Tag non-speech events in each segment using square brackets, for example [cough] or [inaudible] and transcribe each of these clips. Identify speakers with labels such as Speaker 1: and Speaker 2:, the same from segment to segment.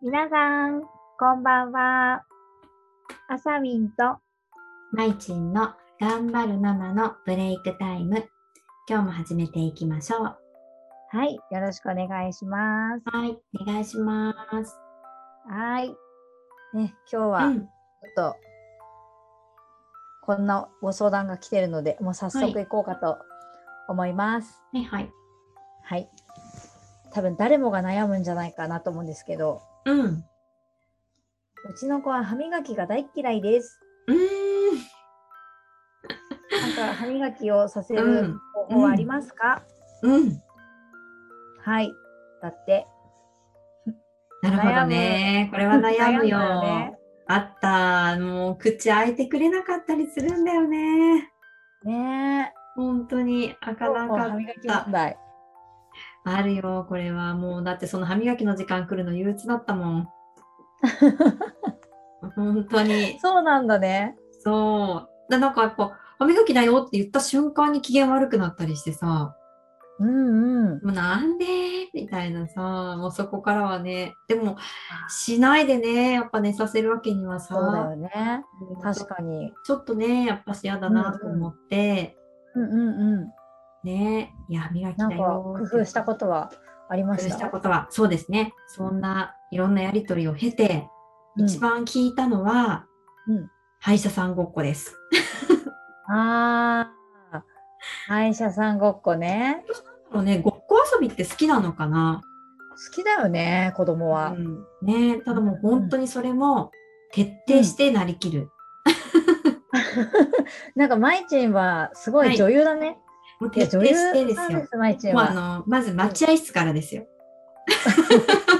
Speaker 1: 皆さん、こんばんは。あさみんと、
Speaker 2: まいちんの頑張るママのブレイクタイム。今日も始めていきましょう。
Speaker 1: はい、よろしくお願いします。
Speaker 2: はい、お願いします。
Speaker 1: はい。ね、今日は、
Speaker 2: う
Speaker 1: ちょ
Speaker 2: ん、
Speaker 1: っと、こんなご相談が来てるので、もう早速
Speaker 2: は
Speaker 1: 行こうかと思います。
Speaker 2: はいはい。
Speaker 1: はい。多分誰もが悩むんじゃないかなと思うんですけど、
Speaker 2: うん。
Speaker 1: うちの子は歯磨きが大っ嫌いです。
Speaker 2: うー
Speaker 1: なんか歯磨きをさせ
Speaker 2: う
Speaker 1: る
Speaker 2: ん
Speaker 1: 方法はありますか、
Speaker 2: ん。うん。
Speaker 1: はい。だって。
Speaker 2: なるほどね。これは悩むよ。
Speaker 1: んだね
Speaker 2: あった。もう口開いてくれなかったりするんだよね。
Speaker 1: ねえ。
Speaker 2: 本当に開かなか
Speaker 1: 歯磨き
Speaker 2: った
Speaker 1: 問。題。
Speaker 2: あるよ、これは。もう、だってその歯磨きの時間来るの憂鬱だったもん。本当に。
Speaker 1: [laughs] そうなんだね。
Speaker 2: そう。で、なんかやっぱ、歯磨きだよって言った瞬間に機嫌悪くなったりしてさ、
Speaker 1: うんうん。
Speaker 2: もうなんでみたいなさ、もうそこからはね、でも、しないでね、やっぱ寝させるわけにはさ、
Speaker 1: そうだよね。
Speaker 2: うん
Speaker 1: 確かに。
Speaker 2: ちょっとね、やっぱし嫌だなと思って、
Speaker 1: うんうんうん。
Speaker 2: ね、いや、歯磨き
Speaker 1: なん
Speaker 2: だ
Speaker 1: か
Speaker 2: よ
Speaker 1: 工
Speaker 2: って。
Speaker 1: 夫したことはありま
Speaker 2: 工
Speaker 1: し
Speaker 2: 夫した
Speaker 1: た。
Speaker 2: ことは、そうですね、そんないろんなやりとりを経て、一番聞いたのは、
Speaker 1: うん
Speaker 2: 歯医者さんごっこです。
Speaker 1: うん。ああ。歯医者さんごっこね。
Speaker 2: もうね、ごっこ遊びって好きなのかな
Speaker 1: 好きだよね、子供は。
Speaker 2: うんねただもう本当にそれも徹底してなりきる、
Speaker 1: [laughs] なんか、まいちんはすご
Speaker 2: はいい
Speaker 1: 女優だね。
Speaker 2: もう
Speaker 1: いや、
Speaker 2: 徹
Speaker 1: 女優
Speaker 2: 底し
Speaker 1: さ
Speaker 2: て
Speaker 1: ん
Speaker 2: で
Speaker 1: です
Speaker 2: よ
Speaker 1: す、まいちん
Speaker 2: もうあ
Speaker 1: は。
Speaker 2: のまず待合室からですよ。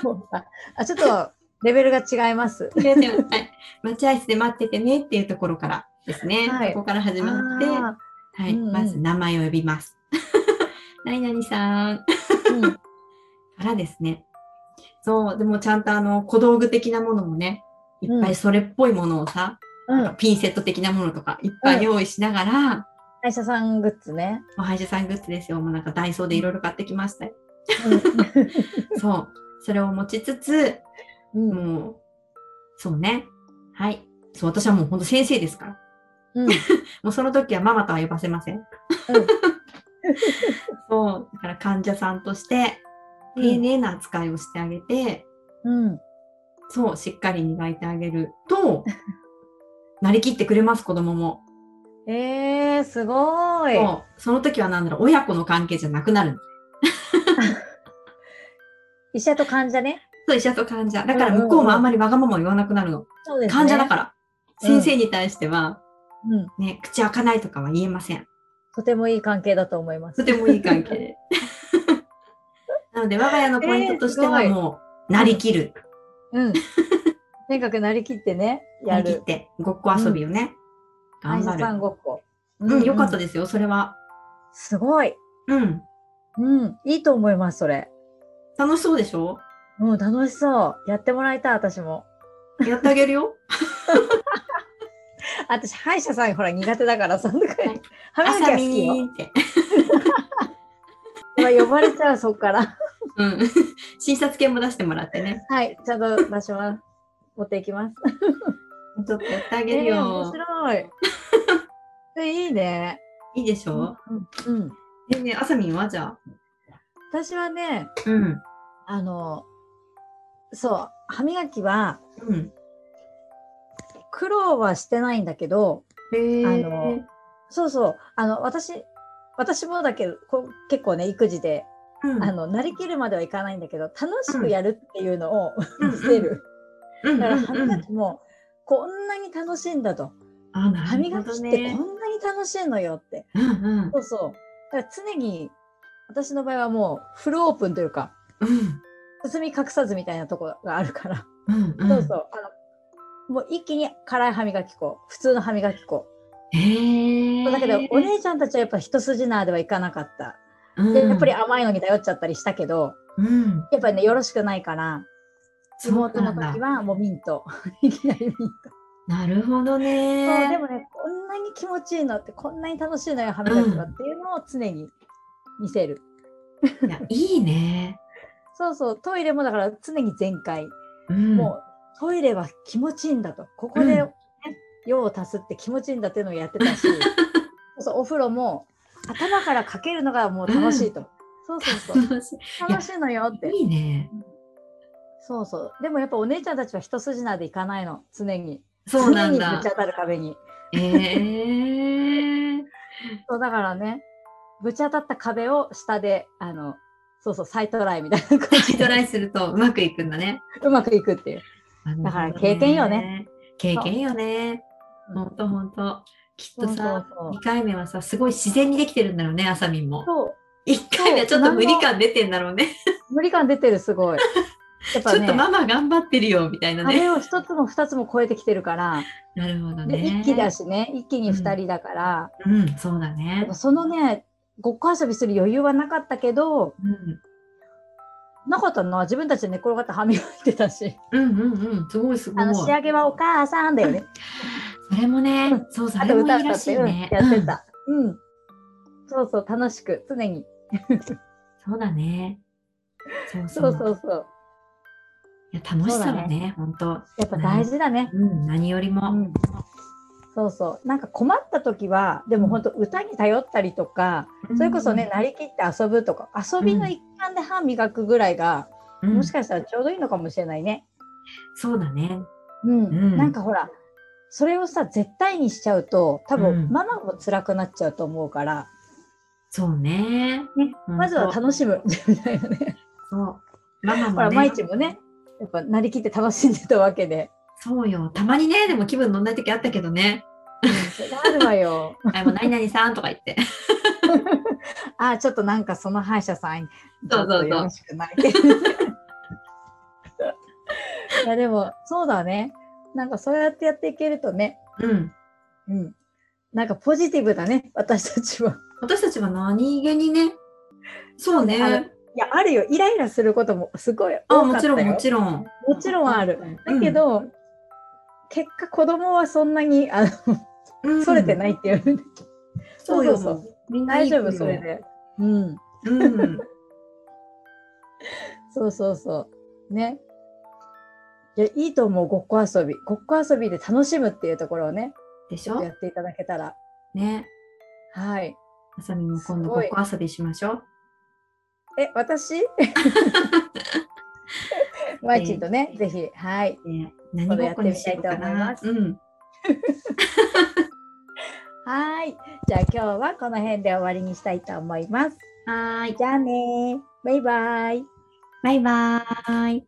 Speaker 1: もう [laughs] あ、ちょっとレベルが違います。
Speaker 2: ででもはい待合室で待っててねっていうところからですね、
Speaker 1: はい
Speaker 2: そこから始まって、
Speaker 1: あ
Speaker 2: はい
Speaker 1: うんうん
Speaker 2: まず名前を呼びます。 [laughs] 何々さん
Speaker 1: ーうん
Speaker 2: からですね。そう、でもちゃんとあの小道具的なものもね、いっぱ
Speaker 1: うん
Speaker 2: いそれっぽいものをさ、
Speaker 1: うん、
Speaker 2: ピンセット的なものとかいっぱい用意しながら、
Speaker 1: 歯医者さんグッズね。
Speaker 2: お歯医者さんグッズですよ。もうなんかダイソーでいろいろ買ってきましたよ。そう。それを持ちつつ、
Speaker 1: [laughs] うん、うん、
Speaker 2: もう、そうね。はい。そう、私はもう本当先生ですから。
Speaker 1: うん、
Speaker 2: もうその時はママとは呼ばせません。 [laughs] そう。だから患者さんとして、
Speaker 1: うん
Speaker 2: 丁寧な扱いをしてあげて、
Speaker 1: うん、
Speaker 2: そう、しっかり磨いてあげる [laughs] と、なりきってくれます、子供も。
Speaker 1: えー、すごい。
Speaker 2: そう。その時はなんだろう、親子の関係じゃなくなる。
Speaker 1: [laughs] 医者と患者ね。
Speaker 2: そう、医者と患者。だから向こうもあんまりわがままを言わなくなるの。
Speaker 1: そうで
Speaker 2: 患者だから。
Speaker 1: うん
Speaker 2: 先生に対しては、
Speaker 1: ら。うん、
Speaker 2: ね、口開かないとかは言えません。
Speaker 1: とてもいい関係だと思います。
Speaker 2: [laughs] とてもいい関係で。なので、我が家のポイントとしては
Speaker 1: えーすごい
Speaker 2: もう、なりきる。
Speaker 1: うん。とにかくなりきってね、
Speaker 2: な
Speaker 1: や
Speaker 2: りきっ
Speaker 1: る。
Speaker 2: て、ごっこ遊びをね。
Speaker 1: 歯医者さん
Speaker 2: 頑張る。
Speaker 1: ごっこ。
Speaker 2: うん、よかった
Speaker 1: で
Speaker 2: ですよ、それは。
Speaker 1: す。すごい。
Speaker 2: うん。
Speaker 1: うん、いいと思います、それ。
Speaker 2: 楽しそうでしょ
Speaker 1: もう楽しそう。やってもらいたい、私も。
Speaker 2: やってあげるよ。
Speaker 1: 私、歯医者さん、ほら、苦手だから、 [laughs] そんな感じ。歯磨き
Speaker 2: 朝
Speaker 1: は好
Speaker 2: 見
Speaker 1: きよ。
Speaker 2: にーって。
Speaker 1: ほら呼ばれちゃう、そっから。
Speaker 2: うん。 [laughs] 診察券も出してもらってね。
Speaker 1: はい、ちゃんと場所は持っていきます。
Speaker 2: ちょっとやってあ
Speaker 1: え
Speaker 2: げ
Speaker 1: ー
Speaker 2: る
Speaker 1: 面
Speaker 2: よ。
Speaker 1: 白い。 [laughs] でいいね。
Speaker 2: いいでしょ
Speaker 1: うん、うん
Speaker 2: えね、あさみんはじゃあ。
Speaker 1: 私はね、
Speaker 2: うん。
Speaker 1: あの、そう、歯磨きは、
Speaker 2: うん。
Speaker 1: 苦労はしてないんだけど、
Speaker 2: へ
Speaker 1: あのそうそう、あの、私、私もだけど、こう結構ね、育児で、
Speaker 2: うん
Speaker 1: あの、なりきるまではいかないんだけど、楽しくやるっていうのを [laughs]
Speaker 2: うん
Speaker 1: 見せる。
Speaker 2: うん
Speaker 1: だから歯
Speaker 2: うんう
Speaker 1: 磨
Speaker 2: ん
Speaker 1: きも、こんなに楽しいんだと。
Speaker 2: あな
Speaker 1: 歯
Speaker 2: る
Speaker 1: 磨
Speaker 2: ほ
Speaker 1: き
Speaker 2: ど
Speaker 1: ってこ
Speaker 2: ね。
Speaker 1: んなに楽しいのよって。
Speaker 2: うんうん
Speaker 1: そうそう。だから常に、私の場合はもう、フルオープンというか、
Speaker 2: うん
Speaker 1: 包み隠さずみたいなとこがあるから。
Speaker 2: うんうん
Speaker 1: そうそう。あの、もう一気に辛い歯磨き粉、普通の歯磨き粉。
Speaker 2: へえ。
Speaker 1: だけど、お姉ちゃんたちはやっぱ一筋縄ではいかなかった。
Speaker 2: うん
Speaker 1: で、やっぱり甘いのに頼っちゃったりしたけど、
Speaker 2: うん、
Speaker 1: やっぱりね、よろしくないから、妹の
Speaker 2: そうなん
Speaker 1: 時
Speaker 2: だ
Speaker 1: はもうミン
Speaker 2: [laughs]
Speaker 1: ト。いきなりミント。
Speaker 2: なるほどね。
Speaker 1: そうでもね、こんなに気持ちいいのって、こんなに楽しいのよ、歯磨きはっていうのを常に見せる。
Speaker 2: いやいいね。
Speaker 1: そうそう、トイレもだから常に全開。
Speaker 2: うん
Speaker 1: もうトイレは気持ちいいんだと、ここで、ね
Speaker 2: うん
Speaker 1: 用を足すって気持ちいいんだっていうのをやって
Speaker 2: [laughs]
Speaker 1: たし、そうお風呂も頭からかけるのがもう楽しい
Speaker 2: [laughs]
Speaker 1: と。そうそうそう。
Speaker 2: 楽し
Speaker 1: [laughs] 楽しいのよって。
Speaker 2: いいいね。
Speaker 1: そうそう。でもやっぱお姉ちゃんたちは一筋縄でいかないの、常に。
Speaker 2: そうな
Speaker 1: 常に
Speaker 2: ん
Speaker 1: ぶ
Speaker 2: だ
Speaker 1: ち。当たる壁に。
Speaker 2: えー、
Speaker 1: そうだからね、ぶち当たった壁を下で、あの、そうそう、再トライみたいな感じ
Speaker 2: ト [laughs]
Speaker 1: で
Speaker 2: ライするとうまくいくんだね。
Speaker 1: うまくいくっていう。 [laughs] だから経験よ
Speaker 2: ね。経験よね。ほんとほんと。きっと
Speaker 1: そ
Speaker 2: さ
Speaker 1: うそうそう、
Speaker 2: 2回目はさ、すごい自然にできてるんだろうね、あさみんも。
Speaker 1: そう、
Speaker 2: 1回目はちょっと無理感出てんだろうね。
Speaker 1: 無理感出てる、す
Speaker 2: [laughs]
Speaker 1: ごい。やっぱ
Speaker 2: ちょっ
Speaker 1: ね
Speaker 2: と、ママ頑張ってるよ、みたいな
Speaker 1: あ
Speaker 2: ね。
Speaker 1: れを一つも二つも超えてきてるから、
Speaker 2: なるほど
Speaker 1: で
Speaker 2: ね。
Speaker 1: 一気だしね、一気に二人だから、
Speaker 2: うん、そうだね。
Speaker 1: そのね、ごっこ遊びする余裕はなかったけど、
Speaker 2: うん
Speaker 1: なかったな、自分たちで寝転がって歯磨いてたし、
Speaker 2: うんうんうん、すごいすご
Speaker 1: あ
Speaker 2: い
Speaker 1: の。仕上げはお母さんだよね。
Speaker 2: それもね、そう、そ
Speaker 1: あ
Speaker 2: れ
Speaker 1: と
Speaker 2: も
Speaker 1: 歌
Speaker 2: いい
Speaker 1: 歌
Speaker 2: ら
Speaker 1: っ
Speaker 2: しい
Speaker 1: て、うん
Speaker 2: ね。
Speaker 1: やって
Speaker 2: うん
Speaker 1: た。うん。そうそう、楽しく、常に。
Speaker 2: そうだね。そうそ
Speaker 1: そう
Speaker 2: う。
Speaker 1: そうそう。
Speaker 2: いや楽しさは
Speaker 1: そうだ
Speaker 2: ね、本当
Speaker 1: やっぱ大事だね。
Speaker 2: うん、何より
Speaker 1: う
Speaker 2: も。
Speaker 1: ん。そうそう。なんか困った時は、でも本当歌に頼ったりとか、それこそね、なりきって遊ぶとか、遊びの一環で歯磨くぐらいが、
Speaker 2: うん、
Speaker 1: もしかしたらちょうどいいのかもしれないね。
Speaker 2: そうだね。
Speaker 1: うん。
Speaker 2: うん
Speaker 1: なんかほら、それをさ、絶対にしちゃうと、多
Speaker 2: う
Speaker 1: 分、
Speaker 2: ん
Speaker 1: ママも辛くなっちゃうと思うから、
Speaker 2: そうね。
Speaker 1: ね
Speaker 2: ほんと
Speaker 1: まずは楽しむ、 [laughs] みたいなね。
Speaker 2: そう。ママ
Speaker 1: ほ
Speaker 2: も
Speaker 1: ら、
Speaker 2: ね。
Speaker 1: 毎日もね、やっぱ、なりきって楽しんでたわけで。
Speaker 2: そうよ。たまにね、でも気分乗んない時あったけど
Speaker 1: [laughs]
Speaker 2: ね。
Speaker 1: うんそれがあるわよ。
Speaker 2: あ、もう何々さんとか言って。
Speaker 1: [laughs] あーちょっとなんかその歯医者さんち
Speaker 2: そ
Speaker 1: ょ
Speaker 2: う
Speaker 1: っ
Speaker 2: そうそう
Speaker 1: とよろしくない。 [laughs] いやでもそうだね。なんかそうやってやっていけるとね、
Speaker 2: うん。
Speaker 1: うん、なんかポジティブだね私たちは。
Speaker 2: 私たちは何気にね。そうね。
Speaker 1: あのいやあるよイライラすることもすごい
Speaker 2: あ、
Speaker 1: 多か
Speaker 2: も
Speaker 1: った
Speaker 2: ち
Speaker 1: よ。
Speaker 2: ろん、もちろん。
Speaker 1: もちろんある。
Speaker 2: うん。
Speaker 1: だけど、結果子供はそんなにあ
Speaker 2: うん、
Speaker 1: のそれてないっていう、
Speaker 2: そうよ。
Speaker 1: そうそう
Speaker 2: みんない
Speaker 1: 大
Speaker 2: い
Speaker 1: 丈
Speaker 2: 子
Speaker 1: 夫
Speaker 2: よ
Speaker 1: それ。で。うん。
Speaker 2: うん。
Speaker 1: [laughs] そうそうそう。ね。いや、いいと思う、ごっこ遊び。ごっこ遊びで楽しむっていうところをね、
Speaker 2: でし
Speaker 1: や
Speaker 2: ょ
Speaker 1: っていただけたら。
Speaker 2: ね。
Speaker 1: はい。
Speaker 2: あさみも今度
Speaker 1: す
Speaker 2: ご
Speaker 1: ご
Speaker 2: っ
Speaker 1: い
Speaker 2: こ遊びしましょう。
Speaker 1: え、
Speaker 2: [laughs]
Speaker 1: 私マイチンとね、ぜひ、はい。
Speaker 2: ね何ごっこにしようか
Speaker 1: これや
Speaker 2: な。
Speaker 1: って
Speaker 2: うん。
Speaker 1: はい。じゃあ今日はこの辺で終わりにしたいと思います。
Speaker 2: はーい。
Speaker 1: じゃあねー。バイバイ。
Speaker 2: バイバーイ。